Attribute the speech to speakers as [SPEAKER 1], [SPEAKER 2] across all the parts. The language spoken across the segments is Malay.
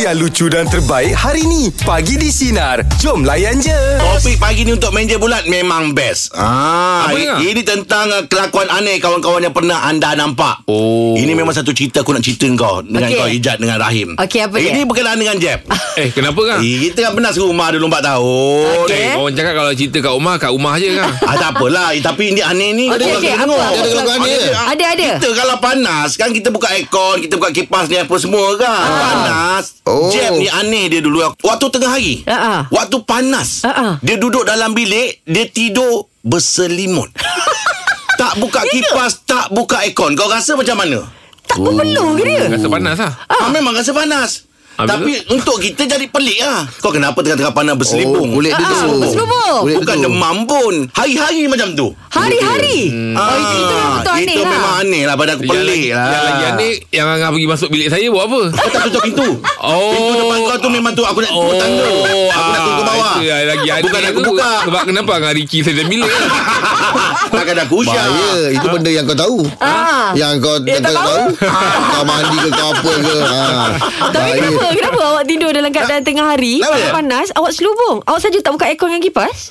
[SPEAKER 1] yang lucu dan terbaik hari ni. Pagi di Sinar. Jom layan je.
[SPEAKER 2] Topik pagi ni untuk meja bulat memang best. Ah, i-
[SPEAKER 3] Apa dengar?
[SPEAKER 2] ini tentang uh, kelakuan aneh kawan-kawan yang pernah anda nampak.
[SPEAKER 3] Oh.
[SPEAKER 2] Ini memang satu cerita aku nak cerita kau dengan
[SPEAKER 4] Okey.
[SPEAKER 2] kau Ijat dengan Rahim. Eh,
[SPEAKER 4] Okey, apa dia?
[SPEAKER 2] Ini berkenaan dengan Jeb.
[SPEAKER 3] Eh kenapa kan?
[SPEAKER 2] Eh, kita kan pernah serumah dulu 4 tahun.
[SPEAKER 4] Okey. Oh,
[SPEAKER 3] Eh? Orang cakap kalau cerita kat rumah Kat rumah je kan
[SPEAKER 2] Ah, tak apalah Eh, Tapi ini aneh ni
[SPEAKER 4] Okey, okey, apa, apa, Ada
[SPEAKER 2] kelakuan
[SPEAKER 4] apa?
[SPEAKER 2] aneh
[SPEAKER 4] Ada, ada.
[SPEAKER 2] Kita kalau panas Kan kita buka aircon Kita buka kipas ni Apa semua kan
[SPEAKER 5] Ah.
[SPEAKER 2] Panas oh. Jeb ni aneh dia dulu Waktu tengah hari
[SPEAKER 4] Ah, ah.
[SPEAKER 2] Waktu panas
[SPEAKER 4] Ah, ah.
[SPEAKER 2] Dia duduk dalam bilik Dia tidur Berselimut Tak buka kipas Tak buka aircon Kau rasa macam mana?
[SPEAKER 4] Tak berpeluh ke dia?
[SPEAKER 3] Rasa panas lah
[SPEAKER 2] Ah. memang rasa panas
[SPEAKER 3] Habis
[SPEAKER 2] Tapi untuk kita jadi pelik lah Kau kenapa tengah-tengah panas berselipung
[SPEAKER 5] Oh, kulit
[SPEAKER 4] Ah,
[SPEAKER 5] dia tu.
[SPEAKER 4] berselubung.
[SPEAKER 5] Kulit dia
[SPEAKER 2] Bukan
[SPEAKER 5] tu.
[SPEAKER 2] demam pun Hari-hari macam tu
[SPEAKER 4] Hari-hari.
[SPEAKER 5] Ah.
[SPEAKER 4] Oh, itu, itu memang betul
[SPEAKER 2] Hmm.
[SPEAKER 4] aneh
[SPEAKER 2] Ah. Itu
[SPEAKER 4] lah.
[SPEAKER 2] memang aneh lah Pada aku
[SPEAKER 3] yang lagi,
[SPEAKER 2] pelik lah
[SPEAKER 3] yang lagi aneh Yang Angah pergi masuk bilik saya Buat apa?
[SPEAKER 2] Kau tak tutup pintu
[SPEAKER 3] Oh. ah,
[SPEAKER 2] Pintu depan kau tu memang tu Aku nak turun tangga Aku nak turun ke bawah
[SPEAKER 3] Itu yang lagi aneh
[SPEAKER 2] Bukan aku
[SPEAKER 3] tu.
[SPEAKER 2] buka
[SPEAKER 3] Sebab kenapa Angah Riki Saya dalam bilik kan?
[SPEAKER 2] Takkan aku usah
[SPEAKER 5] Bahaya Itu benda yang kau tahu
[SPEAKER 4] Ah.
[SPEAKER 5] Yang kau
[SPEAKER 4] Eh, tak
[SPEAKER 5] tak tahu Kau mandi ke kau apa ke ha.
[SPEAKER 4] Tapi kenapa? Kenapa awak tidur dalam keadaan tengah hari?
[SPEAKER 2] Kenapa dia?
[SPEAKER 4] Awak panas, awak selubung. Awak saja tak buka aircon dengan kipas?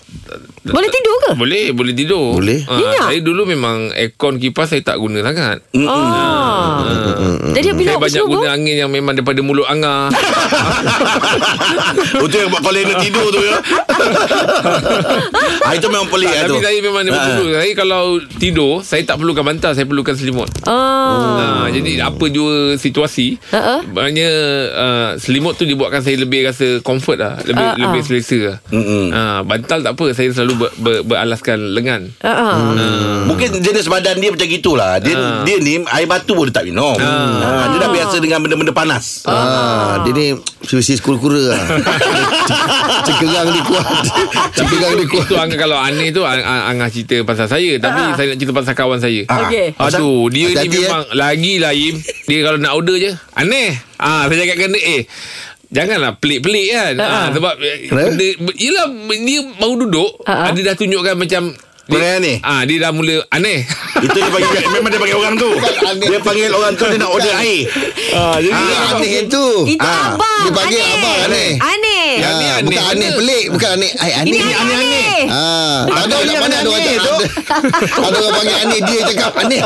[SPEAKER 4] Boleh tidur ke?
[SPEAKER 3] Boleh Boleh tidur
[SPEAKER 5] Boleh.
[SPEAKER 3] Ah,
[SPEAKER 4] Minyak.
[SPEAKER 3] Saya dulu memang Aircon kipas saya tak guna sangat
[SPEAKER 2] Mm.
[SPEAKER 4] Ah. Jadi
[SPEAKER 3] Saya
[SPEAKER 4] bila awak
[SPEAKER 3] banyak
[SPEAKER 4] selubung,
[SPEAKER 3] guna angin Yang memang daripada mulut Angah
[SPEAKER 2] Itu yang buat kolena tidur tu ya ah, Itu memang pelik lah
[SPEAKER 3] Tapi
[SPEAKER 2] tu
[SPEAKER 3] saya memang daripada
[SPEAKER 2] Ah.
[SPEAKER 3] dulu Saya kalau tidur Saya tak perlukan bantal Saya perlukan selimut
[SPEAKER 4] ah.
[SPEAKER 3] Ha, jadi apa jua situasi
[SPEAKER 4] Ha-ha.
[SPEAKER 3] Maknanya uh, Selimut tu dibuatkan saya lebih rasa comfort lah Lebih,
[SPEAKER 4] Ha-ha.
[SPEAKER 3] lebih selesa lah
[SPEAKER 2] Mm-mm.
[SPEAKER 3] ha, Bantal tak apa Saya selalu ber, ber, beralaskan lengan
[SPEAKER 4] Ah, ah.
[SPEAKER 2] Mungkin jenis badan dia macam gitulah Dia
[SPEAKER 3] Ah.
[SPEAKER 2] dia ni air batu pun dia tak minum Ah, Dia dah biasa dengan benda-benda panas
[SPEAKER 5] Ah, dia ni Sisi kura-kura lah Cekerang dia kuat Cekerang dia kuat
[SPEAKER 3] Itu Angah kalau aneh tu Ang- Ang- Angah cerita pasal saya Tapi
[SPEAKER 4] Ha-ha.
[SPEAKER 3] saya nak cerita pasal kawan saya
[SPEAKER 4] Okey.
[SPEAKER 3] Aduh, dia ni
[SPEAKER 5] Hati-hati, eh.
[SPEAKER 3] memang lagi lah Im. Dia kalau nak order je, aneh. Ah, saya cakapkan dia, eh Janganlah pelik-pelik kan
[SPEAKER 4] Ha-ha.
[SPEAKER 3] ha, Sebab
[SPEAKER 5] Kenapa?
[SPEAKER 3] benda, Yelah Dia baru duduk
[SPEAKER 4] Ha-ha.
[SPEAKER 3] Dia dah tunjukkan macam
[SPEAKER 2] Perangai aneh?
[SPEAKER 3] Ah, Dia dah mula aneh
[SPEAKER 2] Itu dia panggil Memang dia panggil orang tu Dia panggil orang tu Dia nak order air ah, Jadi
[SPEAKER 5] Dia aneh itu
[SPEAKER 4] Itu
[SPEAKER 5] Ah,
[SPEAKER 4] abang.
[SPEAKER 5] Dia panggil
[SPEAKER 4] aneh.
[SPEAKER 5] abang aneh
[SPEAKER 4] Aneh.
[SPEAKER 5] Ah,
[SPEAKER 3] ni aneh
[SPEAKER 5] Bukan aneh
[SPEAKER 3] mana?
[SPEAKER 5] pelik Bukan aneh Ay,
[SPEAKER 4] Ini
[SPEAKER 5] Aneh
[SPEAKER 4] aneh-aneh.
[SPEAKER 5] Ah, tak ada
[SPEAKER 2] Abang
[SPEAKER 5] orang
[SPEAKER 2] yang
[SPEAKER 5] mana
[SPEAKER 2] aneh tu.
[SPEAKER 5] ada orang cakap aneh. Ada orang panggil aneh Dia cakap aneh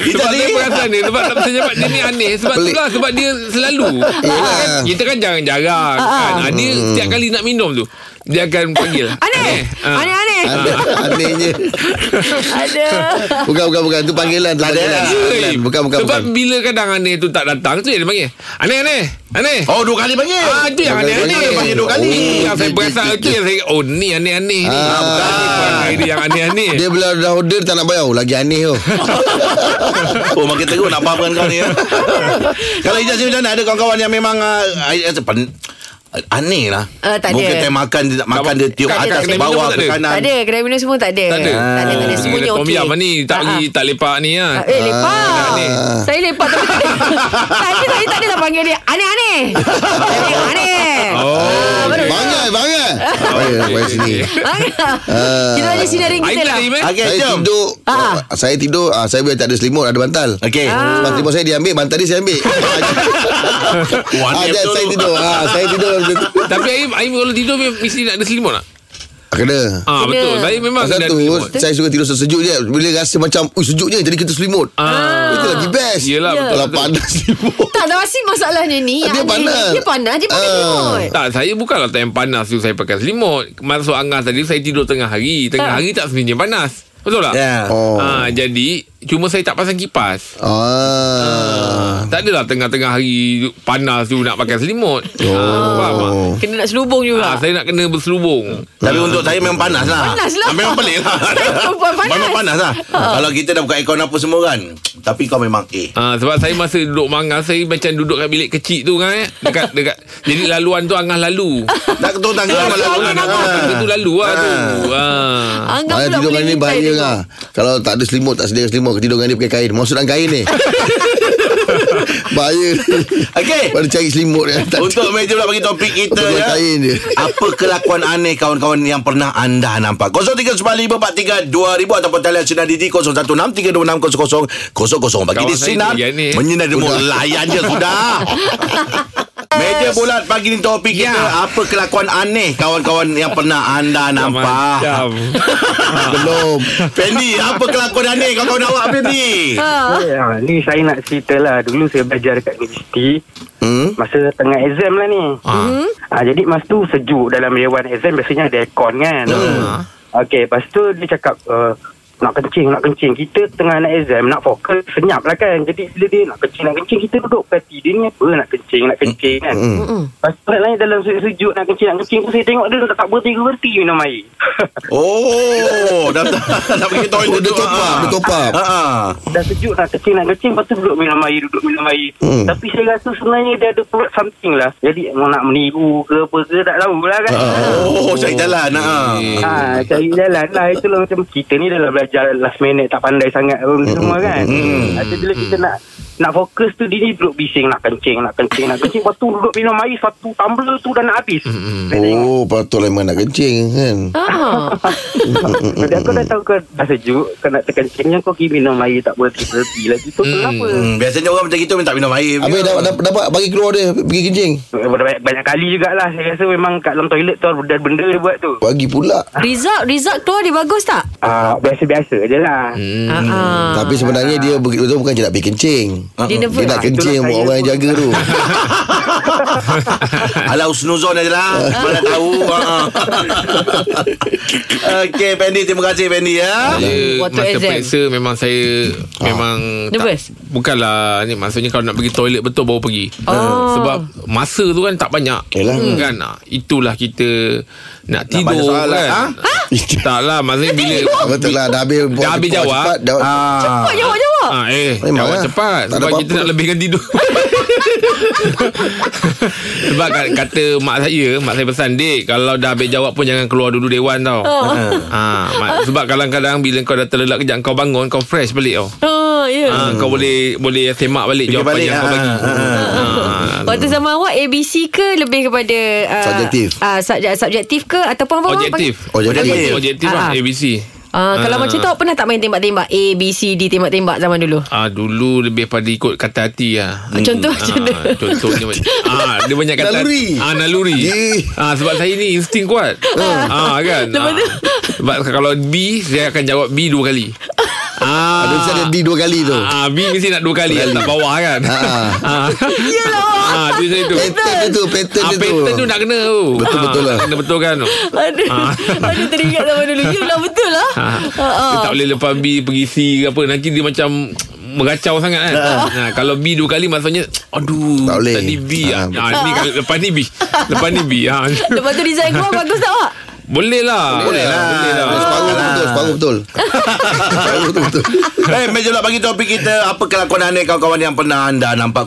[SPEAKER 3] Sebab saya perasan dia Sebab tak saya cakap dia ni aneh Sebab
[SPEAKER 5] Pelik.
[SPEAKER 3] tu lah Sebab dia selalu
[SPEAKER 5] Yelah. Hmm.
[SPEAKER 3] kan, Kita kan jarang-jarang kan. Ah, Dia setiap kali nak minum tu Dia akan panggil
[SPEAKER 4] Aneh.
[SPEAKER 3] Ah.
[SPEAKER 4] Aneh-aneh.
[SPEAKER 5] Aneh Anehnya
[SPEAKER 4] Ada.
[SPEAKER 5] Bukan bukan bukan Itu panggilan Itu panggilan Itu panggilan.
[SPEAKER 3] Hey,
[SPEAKER 5] Ah, Bukan bukan
[SPEAKER 3] lah. Sebab
[SPEAKER 5] bukan
[SPEAKER 3] bila kadang aneh tu tak datang Tu yang dia panggil Aneh aneh Aneh
[SPEAKER 2] Oh dua kali panggil
[SPEAKER 3] Ah, itu yang
[SPEAKER 5] Bukan
[SPEAKER 3] aneh-aneh
[SPEAKER 5] dia panggil dua kali.
[SPEAKER 3] Oh, Yang saya
[SPEAKER 5] Dia-
[SPEAKER 3] perasan
[SPEAKER 5] dia-
[SPEAKER 3] itu yang saya Oh ni aneh-aneh ni
[SPEAKER 5] Ah.
[SPEAKER 3] ah, Bukan ni, perangai dia yang aneh-aneh
[SPEAKER 5] Dia bila dah order Tak nak bayar Oh, Lagi aneh tu
[SPEAKER 2] Oh makin teruk nak fahamkan kau ni ya. Kalau Ijaz ni macam mana Ada kawan-kawan yang memang uh, pen, Aneh lah
[SPEAKER 4] Eh, tak ada.
[SPEAKER 2] Mungkin time makan Dia tak makan Dia tiup
[SPEAKER 3] Tak ada.
[SPEAKER 2] atas
[SPEAKER 3] Kena minum
[SPEAKER 2] bawah
[SPEAKER 3] pun tak ada.
[SPEAKER 2] ke kanan
[SPEAKER 4] Tak ada. Kedai minum semua tak ada.
[SPEAKER 3] Tak ada
[SPEAKER 4] Tak ada. Tak ada.
[SPEAKER 3] Ah.
[SPEAKER 4] Semuanya
[SPEAKER 3] Tom
[SPEAKER 4] okey.
[SPEAKER 3] Yum ni Tak
[SPEAKER 4] Ah,
[SPEAKER 3] pergi
[SPEAKER 4] ah.
[SPEAKER 3] tak lepak ni ha.
[SPEAKER 4] Ah, Eh lepak
[SPEAKER 3] Aneh.
[SPEAKER 4] Saya lepak Tapi tak Tapi saya tak adalah panggil dia Aneh-aneh Aneh-aneh
[SPEAKER 5] Eh,
[SPEAKER 3] Oh
[SPEAKER 5] Bangai Bangai Bangai Bangai sini Ah. Eh,
[SPEAKER 4] Kita ada sinarin
[SPEAKER 3] Aib
[SPEAKER 4] kita
[SPEAKER 3] tak
[SPEAKER 4] lah
[SPEAKER 3] Aim eh
[SPEAKER 2] Okay
[SPEAKER 5] Saya
[SPEAKER 2] jom
[SPEAKER 5] tidur
[SPEAKER 4] Ah.
[SPEAKER 5] Saya tidur ah, Saya bila tak ada selimut Ada bantal
[SPEAKER 2] Okay
[SPEAKER 5] Sebab selimut saya diambil Bantal dia saya ambil
[SPEAKER 2] Wah,
[SPEAKER 5] ah,
[SPEAKER 2] aneh
[SPEAKER 5] jap,
[SPEAKER 2] betul
[SPEAKER 5] Saya
[SPEAKER 2] tu.
[SPEAKER 5] tidur ah, Saya tidur Ah, macam tu.
[SPEAKER 3] Tapi Aim Aim kalau tidur Mesti nak ada selimut tak
[SPEAKER 5] Ah, Kena
[SPEAKER 3] Ah
[SPEAKER 4] Kena.
[SPEAKER 3] betul Saya memang
[SPEAKER 5] Pasal
[SPEAKER 3] kena ada
[SPEAKER 5] tu
[SPEAKER 3] selimut
[SPEAKER 5] Saya suka tidur sejuk je Bila rasa macam Ui sejuk je Jadi kita selimut
[SPEAKER 3] Ah.
[SPEAKER 5] Itu lagi best
[SPEAKER 3] Yelah,
[SPEAKER 4] Ya.
[SPEAKER 3] betul,
[SPEAKER 5] Kalau
[SPEAKER 3] betul.
[SPEAKER 5] panas selimut
[SPEAKER 4] Tak tahu asyik masalahnya ni
[SPEAKER 5] Dia
[SPEAKER 4] Yang
[SPEAKER 5] panas.
[SPEAKER 4] Dia panas Dia pakai
[SPEAKER 5] Ah.
[SPEAKER 4] selimut
[SPEAKER 3] tak, saya bukanlah time panas tu saya pakai selimut. Masuk angas tadi saya tidur tengah hari. Tengah
[SPEAKER 4] Ah.
[SPEAKER 3] hari tak sebenarnya panas. Betul tak?
[SPEAKER 2] Ya.
[SPEAKER 5] Oh.
[SPEAKER 3] Ah, jadi cuma saya tak pasang kipas.
[SPEAKER 5] Ah.
[SPEAKER 3] Ah. Tak adalah tengah-tengah hari panas tu nak pakai selimut. Oh. Ah, faham tak?
[SPEAKER 4] Kena nak selubung
[SPEAKER 3] Ah,
[SPEAKER 4] juga
[SPEAKER 3] saya nak kena berselubung.
[SPEAKER 2] Tapi untuk saya memang panas lah
[SPEAKER 4] Panas lah.
[SPEAKER 2] Memang pelik lah
[SPEAKER 4] Saya perempuan panas. Ah.
[SPEAKER 2] Memang panas lah Kalau kita dah buka aircon apa semua kan Tapi kau memang eh
[SPEAKER 3] Ah, sebab saya masa duduk mangas saya macam duduk kat bilik kecil tu kan eh. Dekat dekat jadi laluan tu angah lalu.
[SPEAKER 2] Nak ketuk tangga
[SPEAKER 4] Jangan
[SPEAKER 2] malam
[SPEAKER 4] jangan,
[SPEAKER 2] malam.
[SPEAKER 4] Angah.
[SPEAKER 2] Ah.
[SPEAKER 3] Angah tu lalu lah tu. Ah.
[SPEAKER 4] Anggap pula
[SPEAKER 5] Malah tidur
[SPEAKER 4] boleh
[SPEAKER 5] dengan ni
[SPEAKER 4] lipat
[SPEAKER 5] bahaya
[SPEAKER 4] tengok.
[SPEAKER 5] lah Kalau tak ada selimut Tak sedia selimut Kau tidur dengan dia pakai kain Masuk dalam kain ni Bahaya
[SPEAKER 2] Okey.
[SPEAKER 5] Baru cari selimut dia tak
[SPEAKER 2] Untuk meja pula bagi topik kita
[SPEAKER 5] Untuk
[SPEAKER 2] ya.
[SPEAKER 5] kain dia.
[SPEAKER 2] Apa kelakuan aneh kawan-kawan yang pernah anda nampak? 0395432000 ataupun talian sinar di 0163260000 bagi
[SPEAKER 3] Kawan
[SPEAKER 2] di
[SPEAKER 3] saya
[SPEAKER 2] sinar
[SPEAKER 3] tu lagi aneh.
[SPEAKER 2] menyinari demo layan je sudah. Meja bulat pagi ni topik kita
[SPEAKER 3] Ya.
[SPEAKER 2] Apa kelakuan aneh Kawan-kawan yang pernah anda nampak
[SPEAKER 3] Ah. Macam.
[SPEAKER 5] Belum
[SPEAKER 2] Fendi Apa kelakuan aneh Kawan-kawan awak Fendi
[SPEAKER 6] Ha, ni saya nak cerita lah Dulu saya belajar dekat universiti
[SPEAKER 5] hmm?
[SPEAKER 6] Masa tengah exam lah ni
[SPEAKER 3] Ha.
[SPEAKER 6] ha, Jadi masa tu sejuk dalam dewan exam Biasanya ada aircon kan
[SPEAKER 2] Hmm.
[SPEAKER 6] Okey, lepas tu dia cakap uh, Nak kencing, nak kencing Kita tengah nak exam Nak fokus, senyap lah kan Jadi bila dia nak kencing, nak kencing Kita duduk perhati Dia ni apa nak kencing, nak kencing kan Lepas tu lain dalam sejuk nak kencing, nak kencing tu Saya tengok dia tak, tak berhenti-berhenti minum air
[SPEAKER 2] Oh Dah tak Nak pergi toilet
[SPEAKER 5] Oh, dia top up, dia top up.
[SPEAKER 2] Ha, ha.
[SPEAKER 6] dah sejuk nak kecil nak kecil lepas tu duduk minum air duduk minum air
[SPEAKER 5] Hmm.
[SPEAKER 6] hmm. tapi saya rasa sebenarnya dia ada perut something lah jadi mau nak meniru ke apa ke tak tahu lah kan
[SPEAKER 2] Oh Cari jalan ha.
[SPEAKER 6] Ha, cari jalan lah Itulah macam Kita ni dalam belajar Last minute tak pandai sangat Apa hmm. semua kan hmm. Jadi bila kita nak Nak fokus tu Dia ni duduk bising Nak kencing Nak kencing Nak kencing Lepas tu duduk minum air Satu tumbler tu dah nak habis hmm.
[SPEAKER 5] Oh patutlah memang nak kencing kan
[SPEAKER 4] Ah.
[SPEAKER 6] Oh. Jadi aku dah tahu kau dah sejuk Kau nak terkencing Kau pergi minum air Tak berhenti-berhenti lagi Tu kenapa
[SPEAKER 2] Hmm, Biasanya orang macam gitu Minta minum air
[SPEAKER 5] Habis dapat, dapat, dapat bagi keluar dia Pergi kencing
[SPEAKER 6] banyak, banyak kali jugalah Saya rasa memang kat dalam toilet tu Ada benda dia buat tu
[SPEAKER 5] Bagi pula
[SPEAKER 4] Result Result keluar dia bagus tak?
[SPEAKER 6] Ah, Biasa-biasa je lah
[SPEAKER 4] Hmm. Ah.
[SPEAKER 5] Tapi sebenarnya dia begitu bukan je nak pergi kencing.
[SPEAKER 4] Dia nervous.
[SPEAKER 5] Dia nak kencing
[SPEAKER 6] Itulah
[SPEAKER 5] buat
[SPEAKER 6] saya
[SPEAKER 5] orang yang
[SPEAKER 6] pun.
[SPEAKER 5] jaga tu.
[SPEAKER 2] Alah usnuzon je lah Mana tahu ha. Okey Fendi Terima kasih Fendi ya
[SPEAKER 3] Saya
[SPEAKER 4] Waktu
[SPEAKER 3] masa
[SPEAKER 4] exam. Ah.
[SPEAKER 3] periksa memang saya memang
[SPEAKER 4] Nervous?
[SPEAKER 3] tak, bukanlah ni maksudnya kalau nak pergi toilet betul baru pergi.
[SPEAKER 4] Oh.
[SPEAKER 3] Sebab masa tu kan tak banyak.
[SPEAKER 5] Yalah.
[SPEAKER 3] Hmm. Kan ah, itulah kita nak
[SPEAKER 2] banyak
[SPEAKER 3] tidur
[SPEAKER 2] soalan.
[SPEAKER 3] kan.
[SPEAKER 2] Ha?
[SPEAKER 3] Tak lah Maksudnya bila
[SPEAKER 5] Betul lah dah habis buat
[SPEAKER 3] Dah habis
[SPEAKER 5] cepat-
[SPEAKER 3] jawab.
[SPEAKER 5] cepat, jawab.
[SPEAKER 2] Ah.
[SPEAKER 4] Kau jawab-jawab.
[SPEAKER 3] Ah, eh,
[SPEAKER 5] Memang
[SPEAKER 3] jawab
[SPEAKER 5] lah.
[SPEAKER 3] cepat
[SPEAKER 5] Tak ada
[SPEAKER 3] sebab kita
[SPEAKER 5] apa-apa.
[SPEAKER 3] nak lebihkan tidur. sebab kat- kata mak saya, mak saya pesan, "Dik, kalau dah habis jawab pun jangan keluar dulu dewan tau."
[SPEAKER 4] Oh.
[SPEAKER 3] Ah, mak, sebab kadang-kadang bila kau dah terlelap kejap kau bangun kau fresh balik tau.
[SPEAKER 4] Ah, ya.
[SPEAKER 3] Ah, kau boleh boleh semak balik
[SPEAKER 2] Fikir
[SPEAKER 3] jawapan
[SPEAKER 2] balik,
[SPEAKER 3] yang kau
[SPEAKER 2] ah,
[SPEAKER 3] bagi.
[SPEAKER 2] ah,
[SPEAKER 3] Ah.
[SPEAKER 4] Waktu zaman awak ABC ke lebih kepada uh,
[SPEAKER 5] Subjektif.
[SPEAKER 4] Uh, subjek, subjektif ke ataupun apa? orang
[SPEAKER 3] Objektif.
[SPEAKER 4] panggil?
[SPEAKER 5] Objektif.
[SPEAKER 3] Objektif lah
[SPEAKER 4] Ah, ah.
[SPEAKER 3] ABC.
[SPEAKER 4] Ah, kalau macam tu awak pernah tak main tembak-tembak A, B, C, D tembak-tembak zaman dulu?
[SPEAKER 3] Ah dulu lebih pada ikut kata hati lah.
[SPEAKER 4] Ah, contoh macam mana?
[SPEAKER 3] Contohnya macam ah dia banyak kata
[SPEAKER 5] Naluri.
[SPEAKER 3] Ah naluri.
[SPEAKER 5] Eh.
[SPEAKER 3] Ah sebab saya ni insting kuat. ah kan.
[SPEAKER 4] Lepas
[SPEAKER 3] ah.
[SPEAKER 4] tu?
[SPEAKER 3] Sebab kalau B saya akan jawab B dua kali. Ah.
[SPEAKER 5] Ada mesti ada D dua kali tu.
[SPEAKER 3] Ah, B mesti nak dua kali Tak bawah kan
[SPEAKER 5] Ah.
[SPEAKER 3] ah. Yelah ah, tu saya tu
[SPEAKER 5] Pattern dia tu, pattern
[SPEAKER 3] ah,
[SPEAKER 5] dia tu.
[SPEAKER 3] Pattern tu nak kena tu
[SPEAKER 5] Betul-betul
[SPEAKER 3] Ah,
[SPEAKER 5] lah.
[SPEAKER 3] Kena betul kan tu
[SPEAKER 4] Aduh, aduh teringat zaman dulu. Yelah betul lah. Ah,
[SPEAKER 3] Ah.
[SPEAKER 4] ah.
[SPEAKER 3] Dia tak boleh lepas B pergi C ke apa Nanti dia macam Meracau sangat kan ha, Kalau B dua kali maksudnya Aduh
[SPEAKER 5] Tak boleh.
[SPEAKER 3] Tadi B
[SPEAKER 5] Ah,
[SPEAKER 3] ha, ha, ni, kali- Lepas ni B Lepas ni B ha.
[SPEAKER 4] Lepas tu design keluar bagus tak awak?
[SPEAKER 3] Boleh lah
[SPEAKER 2] Boleh lah.
[SPEAKER 3] Boleh lah
[SPEAKER 5] Separuh tu betul, separuh betul. Separuh tu betul.
[SPEAKER 2] Eh, meja pula bagi topik kita Apa kelakuan aneh kawan-kawan yang pernah anda nampak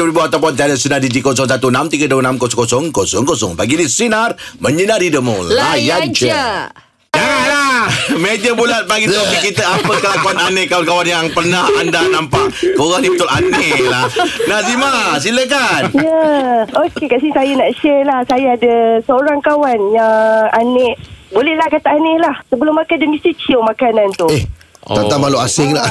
[SPEAKER 2] 0395432000 Ataupun talian sinar di 0166360000 Pagi di Sinar Menyinari Demo
[SPEAKER 4] Layan je. Ah.
[SPEAKER 2] Janganlah Meja bulat bagi topik kita Apa kelakuan aneh kawan-kawan yang pernah anda nampak Korang ni betul aneh lah Nazima, silakan
[SPEAKER 7] Ya, okey kat sini saya nak share lah. Saya ada seorang kawan yang aneh. Boleh lah kata aneh lah. Sebelum makan dia mesti cium makanan tu.
[SPEAKER 5] Eh,
[SPEAKER 3] Oh.
[SPEAKER 5] Tantang makhluk asing lah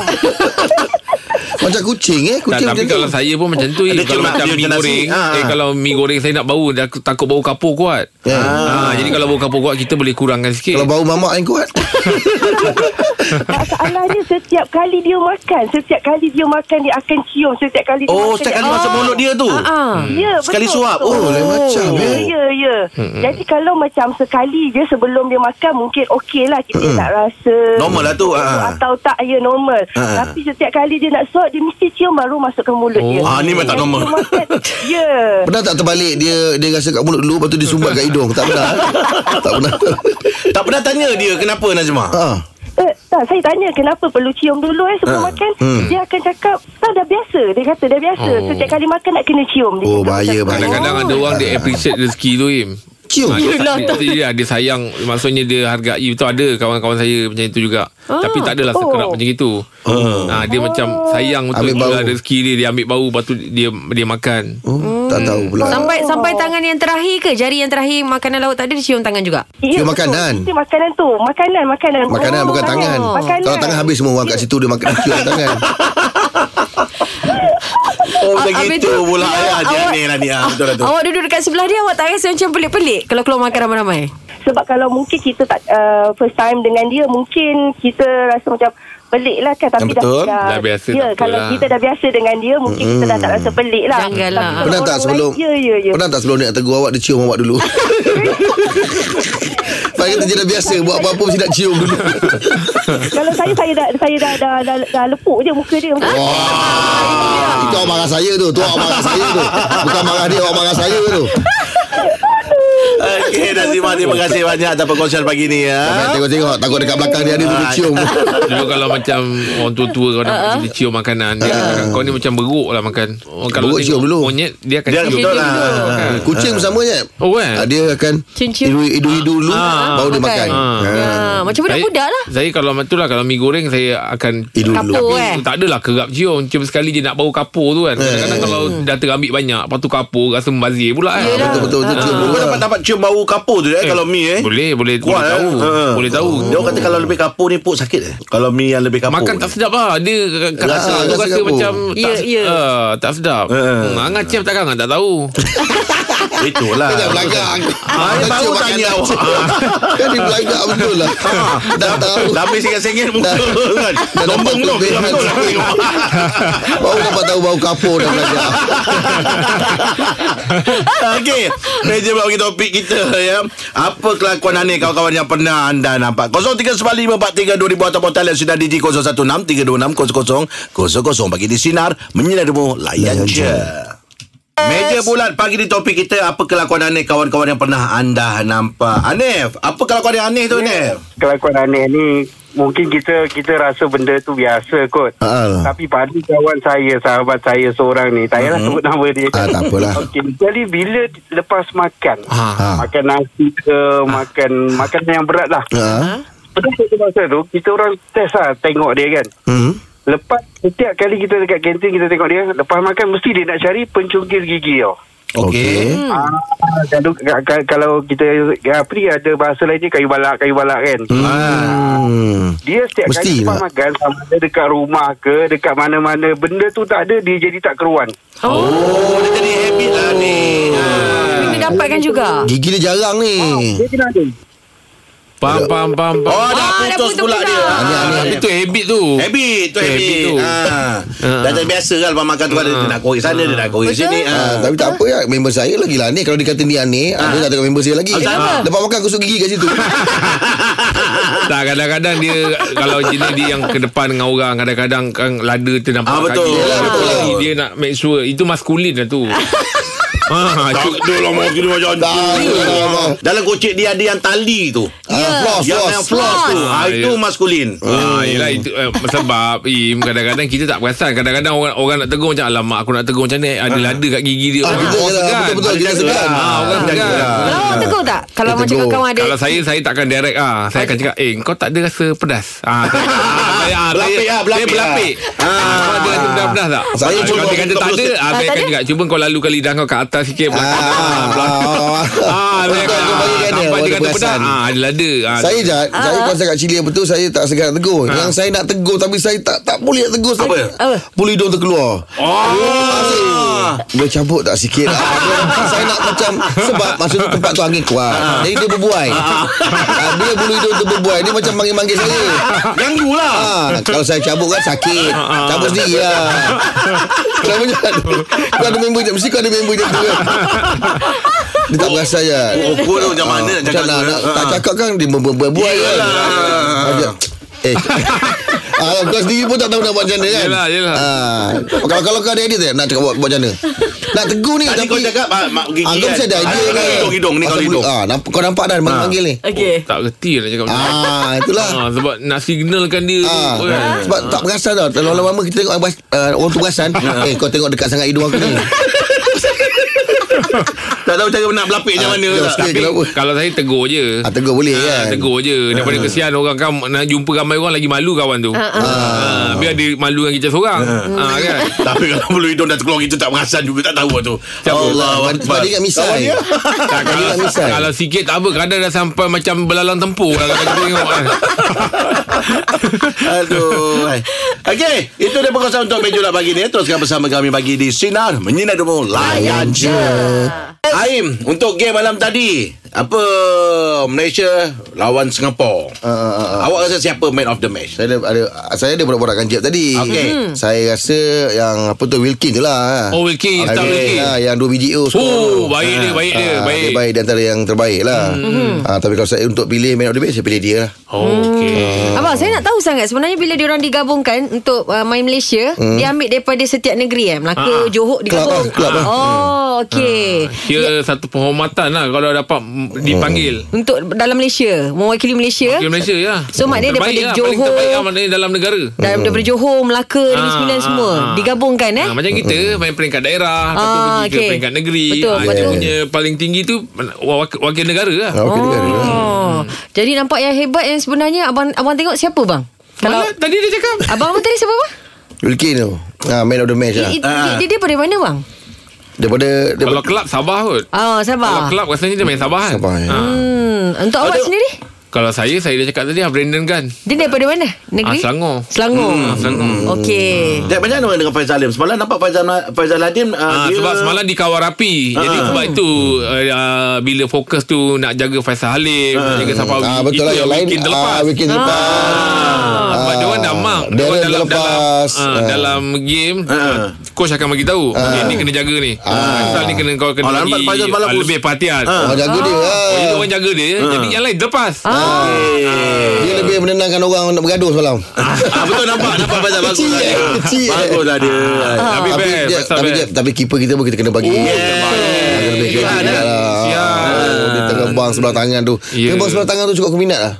[SPEAKER 5] Macam kucing eh
[SPEAKER 3] tak,
[SPEAKER 5] Kucing
[SPEAKER 3] tapi kalau
[SPEAKER 5] macam tu
[SPEAKER 3] saya pun macam tu eh.
[SPEAKER 2] Ada
[SPEAKER 3] Kalau
[SPEAKER 2] cuma-
[SPEAKER 3] macam
[SPEAKER 2] dia
[SPEAKER 3] mie
[SPEAKER 2] macam nasi.
[SPEAKER 3] goreng
[SPEAKER 2] Ah.
[SPEAKER 3] eh, Kalau mie goreng saya nak bau dah, Takut bau kapur kuat
[SPEAKER 5] Ya.
[SPEAKER 3] Ah, Jadi kalau bau kapur kuat Kita boleh kurangkan sikit
[SPEAKER 5] Kalau bau mamak yang kuat
[SPEAKER 7] Masalahnya setiap kali dia makan, setiap kali dia makan dia akan cium. Setiap kali dia
[SPEAKER 2] Oh,
[SPEAKER 7] makan.
[SPEAKER 2] setiap
[SPEAKER 7] dia
[SPEAKER 2] kali
[SPEAKER 7] akan
[SPEAKER 2] masuk
[SPEAKER 7] cium.
[SPEAKER 2] mulut dia tu
[SPEAKER 4] Ah.
[SPEAKER 7] Ya, betul.
[SPEAKER 2] Sekali suap.
[SPEAKER 7] betul.
[SPEAKER 5] Oh, lain macam, eh.
[SPEAKER 7] Ya, ya. Jadi kalau macam sekali je sebelum dia makan mungkin okey lah kita tak rasa.
[SPEAKER 2] Normal lah tu, ah.
[SPEAKER 7] Atau tak ya normal.
[SPEAKER 2] Ah.
[SPEAKER 7] Tapi setiap kali dia nak suap dia mesti cium baru masuk ke mulut
[SPEAKER 3] Oh,
[SPEAKER 7] dia.
[SPEAKER 2] ah, ni memang tak
[SPEAKER 7] Jadi
[SPEAKER 2] normal.
[SPEAKER 7] dia makan, ya.
[SPEAKER 5] Pernah tak terbalik Dia dia rasa kat mulut dulu Lepas tu dia sumbat kat hidung Tak pernah eh? Tak pernah
[SPEAKER 2] Tak pernah tanya dia kenapa Nazima
[SPEAKER 5] ha.
[SPEAKER 7] Eh, tak, saya tanya kenapa perlu cium dulu eh sebelum makan. Dia akan cakap, tak dah biasa. Dia kata dah biasa.
[SPEAKER 3] Oh.
[SPEAKER 7] Setiap kali makan nak kena cium. Dia
[SPEAKER 5] Oh,
[SPEAKER 7] cakap
[SPEAKER 5] bahaya,
[SPEAKER 7] macam tu.
[SPEAKER 5] bahaya.
[SPEAKER 3] Kadang-kadang ada orang Dia appreciate rezeki tu Im
[SPEAKER 5] Cium
[SPEAKER 3] Ah, dia, dia, dia, dia sayang Maksudnya dia hargai Betul ada kawan-kawan saya Macam itu juga ah. Tapi tak adalah sekerap
[SPEAKER 7] Oh.
[SPEAKER 3] macam itu ah. Dia macam sayang betul
[SPEAKER 5] Ambil
[SPEAKER 3] Ambil
[SPEAKER 5] bau.
[SPEAKER 3] bau. rezeki dia Dia ambil bau Lepas tu dia, dia makan
[SPEAKER 5] oh, Tak tahu pula
[SPEAKER 4] Sampai sampai tangan yang terakhir ke jari yang terakhir makanan laut tak ada dia cium tangan juga.
[SPEAKER 7] Ya,
[SPEAKER 5] Cium
[SPEAKER 7] betul.
[SPEAKER 5] makanan.
[SPEAKER 7] Mesti makanan tu. Makanan, makanan.
[SPEAKER 5] Makanan
[SPEAKER 7] Oh,
[SPEAKER 5] bukan tangan
[SPEAKER 7] Makanan.
[SPEAKER 5] Kalau tangan habis semua orang kat situ Dia makan cium tangan
[SPEAKER 2] Oh
[SPEAKER 4] Ah,
[SPEAKER 2] macam
[SPEAKER 4] habis
[SPEAKER 2] gitu
[SPEAKER 4] tu,
[SPEAKER 2] pula
[SPEAKER 4] bila
[SPEAKER 2] ya Dia
[SPEAKER 4] awak-
[SPEAKER 2] aneh lah ni Ah, Betul lah tu
[SPEAKER 4] Awak duduk dekat sebelah dia Awak tak rasa macam pelik-pelik Kalau keluar makan ramai-ramai
[SPEAKER 7] Sebab kalau mungkin kita tak uh, first time dengan dia mungkin kita rasa macam pelik lah kan tapi
[SPEAKER 2] Yang betul.
[SPEAKER 7] dah,
[SPEAKER 3] Dah biasa,
[SPEAKER 7] ya,
[SPEAKER 3] tak apa
[SPEAKER 7] kalau
[SPEAKER 3] lah.
[SPEAKER 7] kita dah biasa dengan dia mungkin kita dah tak rasa pelik lah
[SPEAKER 4] Jangan lah.
[SPEAKER 2] Ah.
[SPEAKER 7] Tapi kalau
[SPEAKER 5] Pernah tak
[SPEAKER 7] orang
[SPEAKER 5] sebelum
[SPEAKER 7] lain, ya ya ya
[SPEAKER 5] Pernah tak sebelum dia nak tegur awak Dia cium awak dulu Sebab kita je dah biasa Buat apa-apa mesti nak cium dulu
[SPEAKER 7] kalau saya saya dah saya dah dah, dah, dah lepuk je muka dia macam
[SPEAKER 2] Ah.
[SPEAKER 5] Wah Itu awak marah saya tu Tu awak marah saya tu Bukan marah dia Awak marah saya tu
[SPEAKER 2] Okey Nazimah Terima kasih banyak Atas perkongsian pagi ni
[SPEAKER 5] Jangan
[SPEAKER 2] ya
[SPEAKER 5] Tengok-tengok Takut dekat belakang dia Ada tu
[SPEAKER 2] Ah.
[SPEAKER 5] dia cium
[SPEAKER 3] Dulu kalau macam Orang tua-tua Kau nak uh-huh. cium makanan Dia akan cakap, Kau ni macam beruk lah makan Orang kalau
[SPEAKER 5] Beruk cium
[SPEAKER 3] tengok
[SPEAKER 5] dulu.
[SPEAKER 3] Monyet Dia akan
[SPEAKER 2] Dia
[SPEAKER 3] cium
[SPEAKER 2] betul lah
[SPEAKER 3] Kan?
[SPEAKER 5] Ah, Kucing pun sama je
[SPEAKER 3] Oh, eh?
[SPEAKER 5] Ah, Dia akan
[SPEAKER 4] Cium-cium.
[SPEAKER 5] Hidu-hidu dulu
[SPEAKER 3] Ah,
[SPEAKER 5] Baru dia
[SPEAKER 4] makan.
[SPEAKER 5] makan
[SPEAKER 3] Ah.
[SPEAKER 5] Ah.
[SPEAKER 4] ha. Macam budak-budak lah
[SPEAKER 3] Saya kalau itulah Kalau mi goreng Saya akan
[SPEAKER 5] Hidu dulu
[SPEAKER 4] Kapur eh
[SPEAKER 3] Eh. Tak adalah kerap cium Cium sekali je nak bau kapur tu
[SPEAKER 2] Eh.
[SPEAKER 3] kan Kadang-kadang kalau dah terambil banyak Lepas tu kapur rasa membazir pula kan
[SPEAKER 4] Yelah.
[SPEAKER 5] Betul-betul cium dulu
[SPEAKER 2] Kau
[SPEAKER 5] lah.
[SPEAKER 2] dapat dapat cium bau kapur tu eh Kalau mi eh
[SPEAKER 3] Boleh Boleh,
[SPEAKER 2] Kuat,
[SPEAKER 3] boleh
[SPEAKER 2] eh?
[SPEAKER 3] tahu
[SPEAKER 2] Ha.
[SPEAKER 3] Boleh tahu
[SPEAKER 2] Dia orang kata kalau lebih kapur ni pun sakit eh Kalau mi yang lebih kapur
[SPEAKER 3] Makan tak
[SPEAKER 2] ni.
[SPEAKER 3] sedap lah Dia rasa,
[SPEAKER 5] Rasa-
[SPEAKER 3] rasa,
[SPEAKER 5] rasa
[SPEAKER 3] rasa
[SPEAKER 5] kapur.
[SPEAKER 3] macam
[SPEAKER 4] Ya,
[SPEAKER 3] tak,
[SPEAKER 4] ya.
[SPEAKER 3] ah, tak sedap
[SPEAKER 2] Eh.
[SPEAKER 3] hmm, Angan cium takkan Angan tak tahu
[SPEAKER 2] Itulah
[SPEAKER 5] Dia kat belakang
[SPEAKER 2] Ah, dia baru tanya awak.
[SPEAKER 5] Kan dia belakang betul lah Dah tahu
[SPEAKER 2] Dah habis sengit-sengit muka kan
[SPEAKER 5] Dah
[SPEAKER 2] Lombong
[SPEAKER 5] dapat
[SPEAKER 2] tu
[SPEAKER 5] lebih.
[SPEAKER 2] gelap tu lah.
[SPEAKER 5] Baru dapat tahu bau kapur dah belakang
[SPEAKER 2] Okey Meja pula bagi topik kita ya Apa kelakuan aneh kawan-kawan yang pernah anda nampak 0395432000 Ataupun talian sinar DJ 0163260000 Bagi di sinar Menyinari demo Layan je Meja bulat pagi di topik kita Apa kelakuan aneh kawan-kawan yang pernah anda nampak Anif Apa kelakuan yang aneh tu Anif?
[SPEAKER 6] Kelakuan aneh ni Mungkin kita kita rasa benda tu biasa kot
[SPEAKER 5] Ah.
[SPEAKER 6] Tapi pada kawan saya Sahabat saya seorang ni Tak payahlah sebut nama dia
[SPEAKER 5] Ah, tak apalah.
[SPEAKER 6] okay. Jadi bila lepas makan
[SPEAKER 5] Ah.
[SPEAKER 6] Makan nasi ke Makan Makan yang berat lah
[SPEAKER 5] Ah.
[SPEAKER 6] Betul masa tu Kita orang test lah Tengok dia kan
[SPEAKER 5] Hmm.
[SPEAKER 6] Lepas Setiap kali kita dekat kantin Kita tengok dia Lepas makan Mesti dia nak cari Pencungkil gigi tau
[SPEAKER 2] Okey.
[SPEAKER 5] Okey.
[SPEAKER 6] Ah, kalau, ka- kalau kita apa ni ada bahasa lain ni kayu balak kayu balak kan
[SPEAKER 5] Hmm.
[SPEAKER 6] dia setiap
[SPEAKER 5] Mesti
[SPEAKER 6] kali lepas
[SPEAKER 5] lah.
[SPEAKER 6] makan sama ada dekat rumah ke dekat mana-mana benda tu tak ada dia jadi tak keruan
[SPEAKER 2] Oh dia jadi habit lah ni Ah.
[SPEAKER 4] Kena dapatkan juga
[SPEAKER 5] Gigi dia jarang ni.
[SPEAKER 6] dia kena ada
[SPEAKER 3] Faham, faham, faham, faham.
[SPEAKER 2] Oh dah
[SPEAKER 4] Ah, dah
[SPEAKER 2] putus
[SPEAKER 4] putus
[SPEAKER 2] pula
[SPEAKER 4] pula.
[SPEAKER 2] dia
[SPEAKER 5] Aneh,
[SPEAKER 3] Ah,
[SPEAKER 5] aneh.
[SPEAKER 3] tapi tu habit tu.
[SPEAKER 2] Habit tu habit,
[SPEAKER 3] Habit tu.
[SPEAKER 2] tu. Ha. Dah tak biasa kan lepas makan tu ada dia nak korek sana dia nak korek sini. Ha.
[SPEAKER 5] Ah, tapi tak apa ya Member saya lagi lah ni Kalau dia kata ni aneh ah. Dia tak tengok member saya lagi
[SPEAKER 2] Kenapa?
[SPEAKER 5] Lepas makan kusuk gigi kat situ
[SPEAKER 3] Tak, kadang-kadang dia kalau jenis dia yang ke depan dengan orang, kadang-kadang kan lada tu nampak
[SPEAKER 2] Ah, betul.
[SPEAKER 3] kaki.
[SPEAKER 2] Yelah,
[SPEAKER 5] betul.
[SPEAKER 3] Jadi Dia nak make sure itu maskulin lah tu. ha, itu
[SPEAKER 2] dia lah mau gini macam
[SPEAKER 5] Tak ah,
[SPEAKER 2] Dalam kocik dia ada yang tali tu.
[SPEAKER 5] ah,
[SPEAKER 2] Yang
[SPEAKER 5] Floss Floss
[SPEAKER 2] yang Ya, floss tu.
[SPEAKER 3] Floss.
[SPEAKER 2] Ha,
[SPEAKER 3] Ah,
[SPEAKER 2] itu
[SPEAKER 3] ya.
[SPEAKER 2] maskulin.
[SPEAKER 3] Ah, yelah itu eh, sebab Im kadang-kadang kita tak perasan. Kadang-kadang orang orang nak tegur macam alamak aku nak tegur macam ni ada lada kat gigi dia.
[SPEAKER 5] Ah,
[SPEAKER 3] Orang- orang
[SPEAKER 5] kita je lah,
[SPEAKER 3] segan.
[SPEAKER 5] betul-betul, kita
[SPEAKER 3] kan. Ada
[SPEAKER 5] segan.
[SPEAKER 3] jaga. Ah, orang
[SPEAKER 5] Ah,
[SPEAKER 3] segan.
[SPEAKER 4] Kalau awak tegur tak Kalau
[SPEAKER 5] Dia
[SPEAKER 4] macam
[SPEAKER 5] tegur.
[SPEAKER 4] kawan ada
[SPEAKER 3] Kalau saya saya takkan direct ah. Saya akan cakap, "Eh, kau tak ada rasa pedas." Ah. saya- ah, saya-
[SPEAKER 2] Berlapik
[SPEAKER 5] lah,
[SPEAKER 2] ah, berlapik
[SPEAKER 3] Dia berlapik.
[SPEAKER 2] ah.
[SPEAKER 3] Ah, kau ada rasa pedas-pedas tak?
[SPEAKER 5] Saya
[SPEAKER 3] Ah,
[SPEAKER 5] cuba
[SPEAKER 3] kalau dia kata tak ada, ah, saya
[SPEAKER 4] tak
[SPEAKER 3] akan
[SPEAKER 4] ada?
[SPEAKER 3] cakap, "Cuba kau lalukan lidah kau ke atas sikit." belakang."
[SPEAKER 5] Ah,
[SPEAKER 3] Ah,
[SPEAKER 5] ah, ah.
[SPEAKER 3] saya
[SPEAKER 5] Betul,
[SPEAKER 3] akan-
[SPEAKER 5] kau bagikan dia,
[SPEAKER 3] sampai dia
[SPEAKER 5] orang
[SPEAKER 3] kata
[SPEAKER 5] perasan.
[SPEAKER 3] pedas. Ah, ada lada. Ah,
[SPEAKER 5] Saya jat Saya kalau saya kat Chili apa tu Saya tak segan nak tegur
[SPEAKER 2] Ah.
[SPEAKER 5] Yang saya nak tegur Tapi saya tak tak boleh nak tegur Apa?
[SPEAKER 4] Apa?
[SPEAKER 5] Bulu hidung terkeluar
[SPEAKER 2] Oh.
[SPEAKER 5] Boleh cabut tak sikit ah, dia- Saya nak macam Sebab masa tu tempat tu angin kuat Jadi dia berbuai ah, Bila bulu hidung tu berbuai Dia macam manggil-manggil saya
[SPEAKER 2] Ganggu lah. Ah,
[SPEAKER 5] ah, Kalau saya cabut kan sakit Cabut sendiri lah Kenapa je Kau ada member je Mesti kau ada member je Dia tak berasa je
[SPEAKER 2] Oh, kau tu macam mana nak
[SPEAKER 5] Macam
[SPEAKER 2] cakap
[SPEAKER 5] nak,
[SPEAKER 2] tu?
[SPEAKER 5] nak Tak
[SPEAKER 2] Ah.
[SPEAKER 5] cakap kan Dia ber- ber- berbuai kan
[SPEAKER 2] Yelah.
[SPEAKER 5] Macam, Eh Ah, kau sendiri pun tak tahu nak buat macam mana kan
[SPEAKER 3] Yelah, yelah.
[SPEAKER 5] ah, Kalau kalau kau ada idea tak Nak cakap buat, buat macam mana Nak tegur ni
[SPEAKER 2] Tadi
[SPEAKER 5] tapi
[SPEAKER 2] kau cakap ah, mak gigi.
[SPEAKER 5] Ah, kau mesti ada idea
[SPEAKER 2] ni.
[SPEAKER 5] kan
[SPEAKER 2] Hidung-hidung ni
[SPEAKER 5] Pasal
[SPEAKER 2] kau
[SPEAKER 5] bulu-
[SPEAKER 2] hidung.
[SPEAKER 5] ah, namp- Kau nampak dah Manggil-manggil ni
[SPEAKER 4] Okay
[SPEAKER 3] tak reti lah cakap macam mana.
[SPEAKER 5] Ah, itulah
[SPEAKER 3] Ah, sebab nak signalkan dia tu,
[SPEAKER 5] Ah,
[SPEAKER 3] kan.
[SPEAKER 5] sebab tak perasan tau Kalau lama-lama kita tengok ah, abas, uh, Orang tu perasan Eh kau tengok dekat sangat hidung aku ni
[SPEAKER 2] Tak tahu cara nak berlapik macam
[SPEAKER 5] Ah,
[SPEAKER 2] mana
[SPEAKER 5] jauh
[SPEAKER 2] tak.
[SPEAKER 5] sikit.
[SPEAKER 3] Tapi
[SPEAKER 5] kenapa?
[SPEAKER 3] kalau saya tegur je.
[SPEAKER 5] Ah, tegur boleh, kan?
[SPEAKER 3] Tegur je. Daripada kesian orang kan nak jumpa ramai orang lagi malu kawan tu.
[SPEAKER 4] Ah,
[SPEAKER 3] Ha.
[SPEAKER 5] Ah.
[SPEAKER 3] biar dia malu dengan kita seorang. Ha, kan.
[SPEAKER 4] Ah.
[SPEAKER 2] Tapi kalau bulu hidung dah terkeluar Kita tak perasan juga Tak tahu lah tu Allah
[SPEAKER 5] Ah, Sebab dia ingat misai
[SPEAKER 3] Tak, kalau,
[SPEAKER 5] Dia tak misai.
[SPEAKER 3] kalau sikit tak apa Kadang dah sampai macam belalang tempur lah, Kalau kita tengok kan
[SPEAKER 5] Ah.
[SPEAKER 2] Aduh hai. Okey Itu dia perkongsian untuk Meja Bulat pagi ni Teruskan bersama kami Pagi di Sinar Menyinar Demo Layan je Aim Untuk game malam tadi Apa Malaysia Lawan Singapura
[SPEAKER 5] Ah, ah, ah, ah.
[SPEAKER 2] Awak rasa siapa Man of the match
[SPEAKER 5] Saya ada, ada saya ada borak-borakan jap tadi. Hmm.
[SPEAKER 2] Okey. Mhm.
[SPEAKER 5] Saya rasa yang apa tu Wilkin je lah.
[SPEAKER 3] Oh, Wilkin, Star Wilkin.
[SPEAKER 5] Ah, yang 2 BDO
[SPEAKER 3] Oh baik dia Baik dia Baik,
[SPEAKER 5] Ah,
[SPEAKER 3] Hmm.
[SPEAKER 5] Dia baik di antara yang terbaik lah. Mm-hmm. Ah, tapi kalau saya untuk pilih man of the match, saya pilih dia lah.
[SPEAKER 3] Oh, Okey
[SPEAKER 4] Abang saya nak tahu sangat Sebenarnya bila diorang digabungkan Untuk uh, main Malaysia hmm. Dia ambil daripada setiap negeri eh Melaka, uh,
[SPEAKER 3] Ah,
[SPEAKER 4] Johor digabung
[SPEAKER 5] Kelab lah, kelab lah.
[SPEAKER 4] Oh okay
[SPEAKER 3] Kira satu penghormatan lah Kalau dapat mm,
[SPEAKER 5] Hmm.
[SPEAKER 3] dipanggil
[SPEAKER 4] Untuk dalam Malaysia Mewakili Malaysia
[SPEAKER 3] Kira Malaysia ya
[SPEAKER 4] Eh? So, maknanya daripada
[SPEAKER 3] Terbaik lah, paling
[SPEAKER 4] Johor-
[SPEAKER 3] Terbaik lah maknanya dalam negara
[SPEAKER 4] Dar-
[SPEAKER 5] Hmm.
[SPEAKER 4] Daripada Johor, Melaka, Negeri
[SPEAKER 3] Ah,
[SPEAKER 4] Sembilan
[SPEAKER 3] ah,
[SPEAKER 4] semua
[SPEAKER 3] ah.
[SPEAKER 4] Digabungkan eh
[SPEAKER 3] Ha, macam kita main peringkat daerah, lepas tu
[SPEAKER 4] Ah,
[SPEAKER 3] pergi
[SPEAKER 4] okey.
[SPEAKER 3] ke peringkat negeri.
[SPEAKER 4] Betul,
[SPEAKER 3] Ah,
[SPEAKER 4] lepas
[SPEAKER 3] dia
[SPEAKER 4] tu-
[SPEAKER 3] punya paling tinggi tu wakil, wakil negara lah.
[SPEAKER 5] Ah, Okey oh. negara.
[SPEAKER 4] Oh. Jadi nampak yang hebat yang sebenarnya abang abang tengok siapa bang? Kalau
[SPEAKER 3] Mana tadi dia cakap?
[SPEAKER 4] abang apa tadi siapa bang?
[SPEAKER 5] Wilkin tu. Ah, man of the match lah.
[SPEAKER 4] I- i- Dia dia daripada mana bang?
[SPEAKER 5] Daripada,
[SPEAKER 3] Kalau
[SPEAKER 5] daripada
[SPEAKER 3] kelab Sabah
[SPEAKER 4] Oh,
[SPEAKER 3] kot. Kalau
[SPEAKER 4] sabar.
[SPEAKER 3] kelab rasanya dia main Sabah kan.
[SPEAKER 5] Sabah, ya.
[SPEAKER 3] Ha.
[SPEAKER 4] Hmm, untuk awak sendiri?
[SPEAKER 3] Kalau saya, saya dah cakap tadi lah Brandon kan.
[SPEAKER 4] Dia daripada mana? Negeri?
[SPEAKER 3] Ah, Selangor.
[SPEAKER 4] Selangor.
[SPEAKER 3] Hmm, Selangor.
[SPEAKER 4] Okey.
[SPEAKER 2] Dan macam mana dengan Faizal Alim Semalam nampak Faizal, Faizal Alim uh,
[SPEAKER 3] Ah,
[SPEAKER 2] dia...
[SPEAKER 3] sebab semalam di kawal rapi. Jadi
[SPEAKER 5] Ah.
[SPEAKER 3] sebab itu uh, uh, bila fokus tu nak jaga Faisal Halim, nak jaga Safawi.
[SPEAKER 5] ah, betul lah yang lain.
[SPEAKER 3] Weekend
[SPEAKER 5] Ah,
[SPEAKER 3] terlepas.
[SPEAKER 5] Weekend lepas.
[SPEAKER 3] Ah, sebab
[SPEAKER 5] Ah,
[SPEAKER 3] dia orang dah mark Dia
[SPEAKER 5] Darren
[SPEAKER 3] orang dalam
[SPEAKER 5] dah lepas.
[SPEAKER 3] dalam,
[SPEAKER 5] Ah.
[SPEAKER 3] ah, dalam game
[SPEAKER 2] Ah.
[SPEAKER 3] ah, coach akan bagi tahu okay, ni kena jaga ni asal ni kena kau kena
[SPEAKER 2] Ah, nampak
[SPEAKER 3] bagi
[SPEAKER 2] Faizal malam
[SPEAKER 3] ah, lebih perhatian
[SPEAKER 5] Orang jaga dia lah.
[SPEAKER 3] Oh, jadi orang jaga dia Jadi yang lain lepas Ah.
[SPEAKER 5] Dia lebih menenangkan orang nak bergaduh semalam.
[SPEAKER 2] ah, Betul nampak Nampak Faizal bagus
[SPEAKER 5] Kecil,
[SPEAKER 2] lah dia
[SPEAKER 5] kecil.
[SPEAKER 2] Bagus lah dia
[SPEAKER 3] Tapi
[SPEAKER 5] Ah, Tapi
[SPEAKER 3] best
[SPEAKER 5] dia,
[SPEAKER 3] Faizal
[SPEAKER 5] tapi,
[SPEAKER 3] best.
[SPEAKER 5] dia, tapi keeper kita pun kita kena bagi. Yeah. Kena bagi
[SPEAKER 3] Sial.
[SPEAKER 5] kredit juga lah.
[SPEAKER 3] Sial.
[SPEAKER 5] Oh, Dia terbang sebelah tangan tu.
[SPEAKER 3] eh? Ya. Ah, Oh.
[SPEAKER 5] Terbang sebelah tangan tu cukup keminat lah.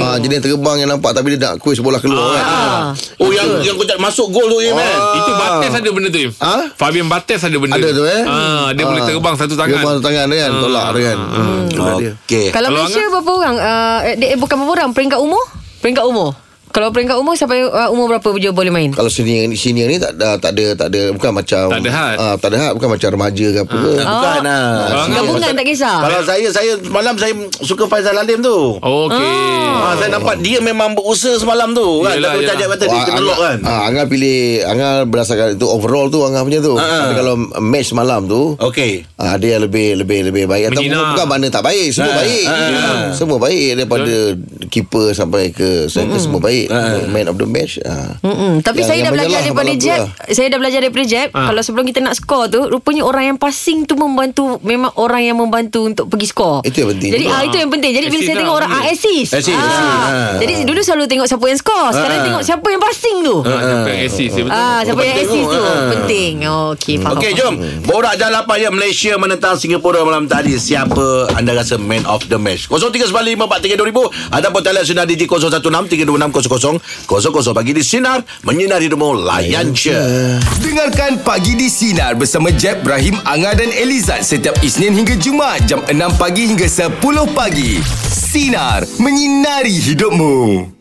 [SPEAKER 5] Ha, jadi yang terbang yang nampak tapi dia nak kuis bola keluar kan.
[SPEAKER 3] Ah.
[SPEAKER 2] Oh yang yang kau tak masuk gol tu ya
[SPEAKER 3] Oh.
[SPEAKER 2] man
[SPEAKER 3] Itu Bates ada benda tu Im
[SPEAKER 5] Ha?
[SPEAKER 3] Fabian Bates ada benda
[SPEAKER 5] kan? Ada tu eh.
[SPEAKER 3] ah, Dia boleh
[SPEAKER 5] Ah.
[SPEAKER 3] terbang satu tangan Ah.
[SPEAKER 5] Terbang satu tangan tu kan. Tolak tu kan. Hmm, itulah dia.
[SPEAKER 2] Okey
[SPEAKER 4] Kalau
[SPEAKER 3] Kalau
[SPEAKER 4] Malaysia berapa orang? Uh, eh, dia, eh, bukan berapa orang, peringkat umur? Peringkat umur. Kalau peringkat umur sampai uh, umur berapa dia boleh main?
[SPEAKER 5] Kalau senior ni senior ni tak ada tak ada tak ada bukan macam
[SPEAKER 3] Tak ada Ah, had.
[SPEAKER 5] Ah, tak ada had bukan macam remaja ke apa ke.
[SPEAKER 2] Bukan lah
[SPEAKER 3] Kalau Angah-
[SPEAKER 4] Gabungan kan tak kisah.
[SPEAKER 2] Kalau saya saya Semalam saya suka Faizal Alim tu
[SPEAKER 3] Okey
[SPEAKER 2] Ah, saya nampak dia memang berusaha semalam tu kan. Tapi
[SPEAKER 3] Yelah, yelah.
[SPEAKER 2] Cajak kata dia
[SPEAKER 5] Wah,
[SPEAKER 2] kena lock kan.
[SPEAKER 5] Ah, Angah pilih Angah berdasarkan itu overall tu Angah punya tu.
[SPEAKER 2] Ah.
[SPEAKER 5] Tapi kalau match malam tu
[SPEAKER 2] Okey.
[SPEAKER 5] Ah, dia lebih lebih lebih baik atau
[SPEAKER 3] Menyinar.
[SPEAKER 5] bukan mana tak baik
[SPEAKER 2] Ah,
[SPEAKER 5] semua baik Ya, semua baik daripada keeper sampai ke striker semua baik
[SPEAKER 2] Ah,
[SPEAKER 5] man of the match ah.
[SPEAKER 4] Mm-mm. Tapi
[SPEAKER 5] Yang-
[SPEAKER 4] saya
[SPEAKER 5] yang
[SPEAKER 4] dah belajar
[SPEAKER 5] menyelah
[SPEAKER 4] daripada
[SPEAKER 5] malam tu
[SPEAKER 4] Jeb
[SPEAKER 5] lah.
[SPEAKER 4] Saya dah belajar daripada Jeb Kalau sebelum kita nak skor tu Rupanya orang yang passing tu membantu Memang orang yang membantu untuk pergi skor
[SPEAKER 5] Itu yang penting.
[SPEAKER 4] Jadi ah, itu yang penting Jadi bila
[SPEAKER 3] Assist
[SPEAKER 4] saya
[SPEAKER 3] lah,
[SPEAKER 4] tengok orang ah,
[SPEAKER 3] boleh.
[SPEAKER 4] Assist
[SPEAKER 2] Assist, assist. Ah.
[SPEAKER 4] Jadi dulu selalu tengok siapa yang skor Sekarang tengok siapa yang passing tu
[SPEAKER 3] Ah, Siapa yang assist dia betul
[SPEAKER 4] Ah, Siapa yang assist tu Penting Oh, Okey faham
[SPEAKER 2] Okey, jom. Borak jalan apa ya Malaysia menentang Singapura malam tadi. Siapa anda rasa man of the match? 0395432000 ataupun talian sinar di 0163260000 bagi di sinar menyinari demo layan je.
[SPEAKER 1] Dengarkan Pagi di Sinar bersama Jeb, Ibrahim, Anga dan Elizad setiap Isnin hingga Jumaat jam 6 pagi hingga 10 pagi. Sinar. Menyinari hidupmu.